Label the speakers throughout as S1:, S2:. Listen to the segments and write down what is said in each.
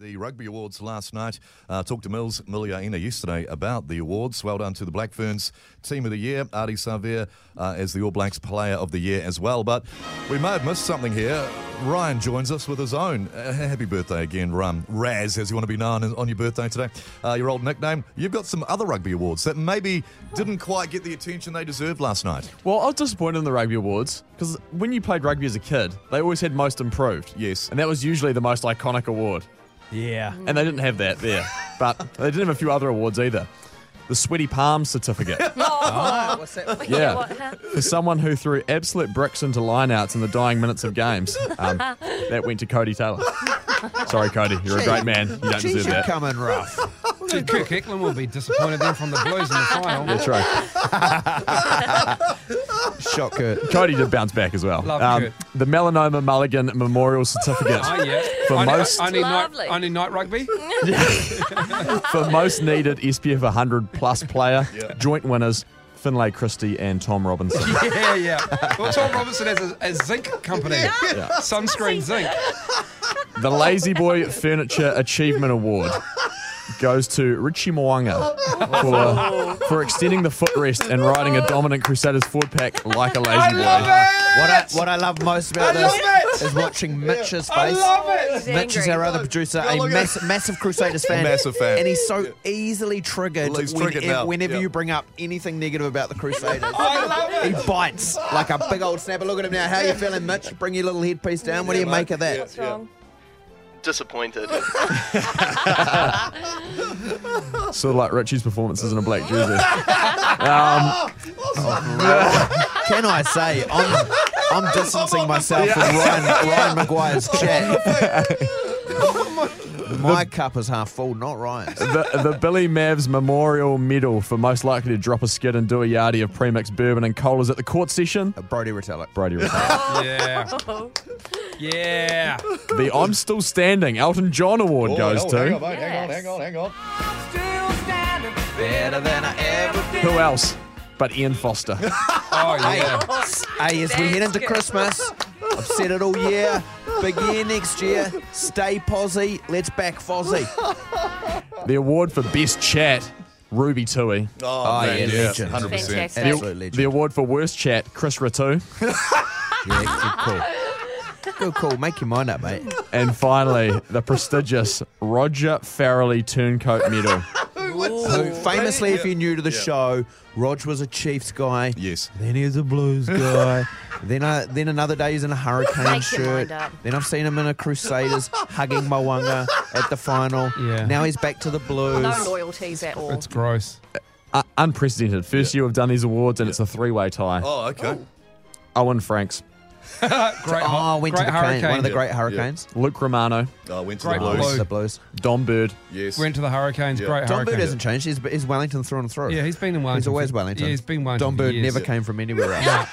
S1: The Rugby Awards last night. Uh, talked to Mills Miliaina yesterday about the awards. Well done to the Black Ferns Team of the Year, Artie Savea uh, as the All Blacks Player of the Year as well. But we may have missed something here. Ryan joins us with his own. Uh, happy birthday again, Rum. Raz, as you want to be known on your birthday today. Uh, your old nickname. You've got some other rugby awards that maybe didn't quite get the attention they deserved last night.
S2: Well, I was disappointed in the rugby awards because when you played rugby as a kid, they always had most improved.
S1: Yes.
S2: And that was usually the most iconic award.
S3: Yeah.
S2: And they didn't have that there. but they didn't have a few other awards either. The sweaty palm certificate.
S3: Oh, what's that?
S2: yeah.
S4: What, huh?
S2: For someone who threw absolute bricks into lineouts in the dying minutes of games, um, that went to Cody Taylor. Sorry, Cody. You're a great man. You don't
S3: She
S2: deserve
S3: should
S2: that.
S3: come in rough.
S5: Kirk Eklund will be disappointed then from the Blues in the final.
S2: That's right.
S3: Shot Kurt.
S2: Cody did bounce back as well. Um,
S5: Love Kurt.
S2: the Melanoma Mulligan Memorial Certificate.
S5: Oh yeah,
S2: For
S5: only,
S2: most-
S5: only night,
S4: Lovely.
S5: only night rugby.
S2: For most needed SPF 100 plus player,
S1: Yeah.
S2: joint winners Finlay Christie and Tom Robinson.
S5: yeah, yeah. Well, Tom Robinson has a, a zinc company, sunscreen zinc.
S2: The Lazy Boy Furniture Achievement Award goes to Richie Mwanga
S5: Oh.
S2: for, for extending the footrest and riding a dominant Crusaders forward pack like a lazy
S5: I
S2: boy.
S5: love it.
S3: What I, what I love most about
S5: I
S3: this
S5: love it.
S3: is watching Mitch's
S5: I
S3: face.
S5: love it.
S4: He's
S3: Mitch is
S4: angry.
S3: our other producer,
S1: Yeah,
S3: a
S1: look at
S3: mass, massive Crusaders fan.
S1: Massive fan.
S3: And he's so easily triggered,
S1: Well, he's
S3: whenever,
S1: triggered now.
S3: whenever
S1: Yeah.
S3: you bring up anything negative about the Crusaders.
S5: I love
S3: He
S5: it.
S3: bites like a big old snapper. Look at him now. How you feeling, Mitch? Bring your little headpiece down. What do you make of that?
S4: What's wrong?
S6: disappointed.
S2: Sort of like Richie's performances in a black jersey. Um,
S3: Can I say, I'm, I'm distancing myself from Ryan, Ryan Maguire's chat.
S1: Oh,
S3: My cup is half full, not Ryan's.
S2: the, the Billy Mavs Memorial Medal for most likely to drop a skid and do a yardie of premixed bourbon and colas at the court session.
S3: Brody Retallick.
S2: Brady Ray.
S5: Yeah, yeah.
S2: The I'm Still Standing Elton John Award goes
S1: Oh,
S2: to.
S1: Hang on, mate, hang on,
S4: Yes.
S1: hang on, hang on.
S3: Better than I ever
S2: Who else but Ian Foster?
S5: Oh
S3: Hey,
S5: yeah.
S3: hey, as Ah, we head into Christmas, I've said it all year. Big year next year. Stay posy. Let's back Fozzy.
S5: Oh,
S2: the award for Best Chat, Ruby Tui.
S1: Oh,
S3: yeah,
S1: man,
S3: legend.
S1: 100%.
S4: Fantastic.
S3: Absolute
S2: The
S3: legend.
S2: award for Worst Chat, Chris Ratu.
S3: Yeah, good call. Good call. Make your mind up, mate.
S2: and finally, the prestigious Roger Farrelly Turncoat Medal.
S3: Who, famously, if
S1: Yeah.
S3: you're new to the
S1: Yeah.
S3: show, Rog was a Chiefs guy.
S1: Yes.
S3: Then he's a Blues guy. then, I, then another day he's in a Hurricane
S4: Make your
S3: shirt.
S4: mind up.
S3: Then I've seen him in a Crusaders hugging Mwanga at the final.
S5: Yeah.
S3: Now he's back to the Blues.
S4: No loyalties at all.
S5: It's gross.
S2: Uh, unprecedented. First year we've done these awards, and it's a three way tie.
S1: Oh, okay.
S2: Owen Franks,
S5: Great,
S3: Oh,
S5: hot,
S3: I went
S5: great
S3: to the cane.
S5: hurricane.
S3: One of the
S1: Yeah,
S3: great
S1: yeah.
S3: hurricanes.
S2: Luke Romano,
S1: Oh, I went to
S5: Great
S1: the Blues.
S5: Blue.
S3: The Blues.
S2: Don Bird.
S1: Yes.
S5: Went to the Hurricanes.
S1: Yeah.
S5: Great
S3: Don
S5: hurricane.
S3: Bird hasn't changed. He's, he's Wellington through and through.
S5: Yeah, he's been in Wellington.
S3: He's always
S5: for-
S3: Wellington.
S5: Yeah, he's been Wellington.
S3: Don
S5: for
S3: Bird
S5: years.
S3: never came from anywhere else.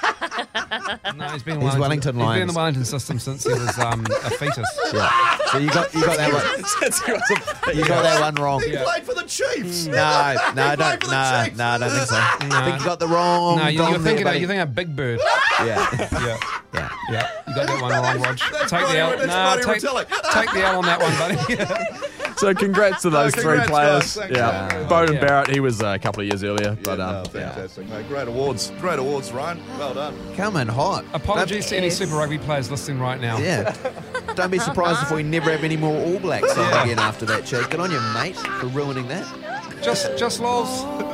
S5: No, he's been in
S3: He's
S5: Wellington. He's been
S3: Wellington
S5: in
S3: Lions.
S5: the Wellington system since he was um, a fetus.
S3: Yeah. So you got you got that one. You got that one wrong.
S1: He played for the Chiefs.
S3: No, no, Mm. I
S1: played
S3: don't,
S1: for the
S3: no,
S1: Chiefs.
S3: no, I don't think so. I think you got the wrong.
S5: No, you,
S3: Don
S5: you're
S3: there,
S5: thinking of,
S3: buddy.
S5: you're thinking of Big Bird.
S3: Yeah,
S5: Yeah,
S3: yeah.
S5: yeah. You got that one wrong, Rog. Take
S1: Brody-
S5: the L.
S1: that's
S5: Nah,
S1: Brody
S5: take,
S1: Retallick.
S5: take the L on that one, buddy.
S2: So congrats to those
S1: Oh,
S2: three
S1: congrats, guys.
S2: players.
S1: Thanks.
S2: yeah,
S1: Yeah.
S2: Bowden
S5: Yeah.
S2: Barrett. He was uh, a couple of years earlier,
S1: Yeah,
S2: but um,
S1: no, fantastic, mate. Great awards. Great awards, Ryan. Well done.
S3: Coming hot.
S5: Apologies to any
S4: Yes.
S5: Super Rugby players listening right now.
S3: Don't- yeah. Don't be surprised if we never have any more All Blacks on again after that, Chad. Good on you, mate, for ruining that.
S5: Just, just lols.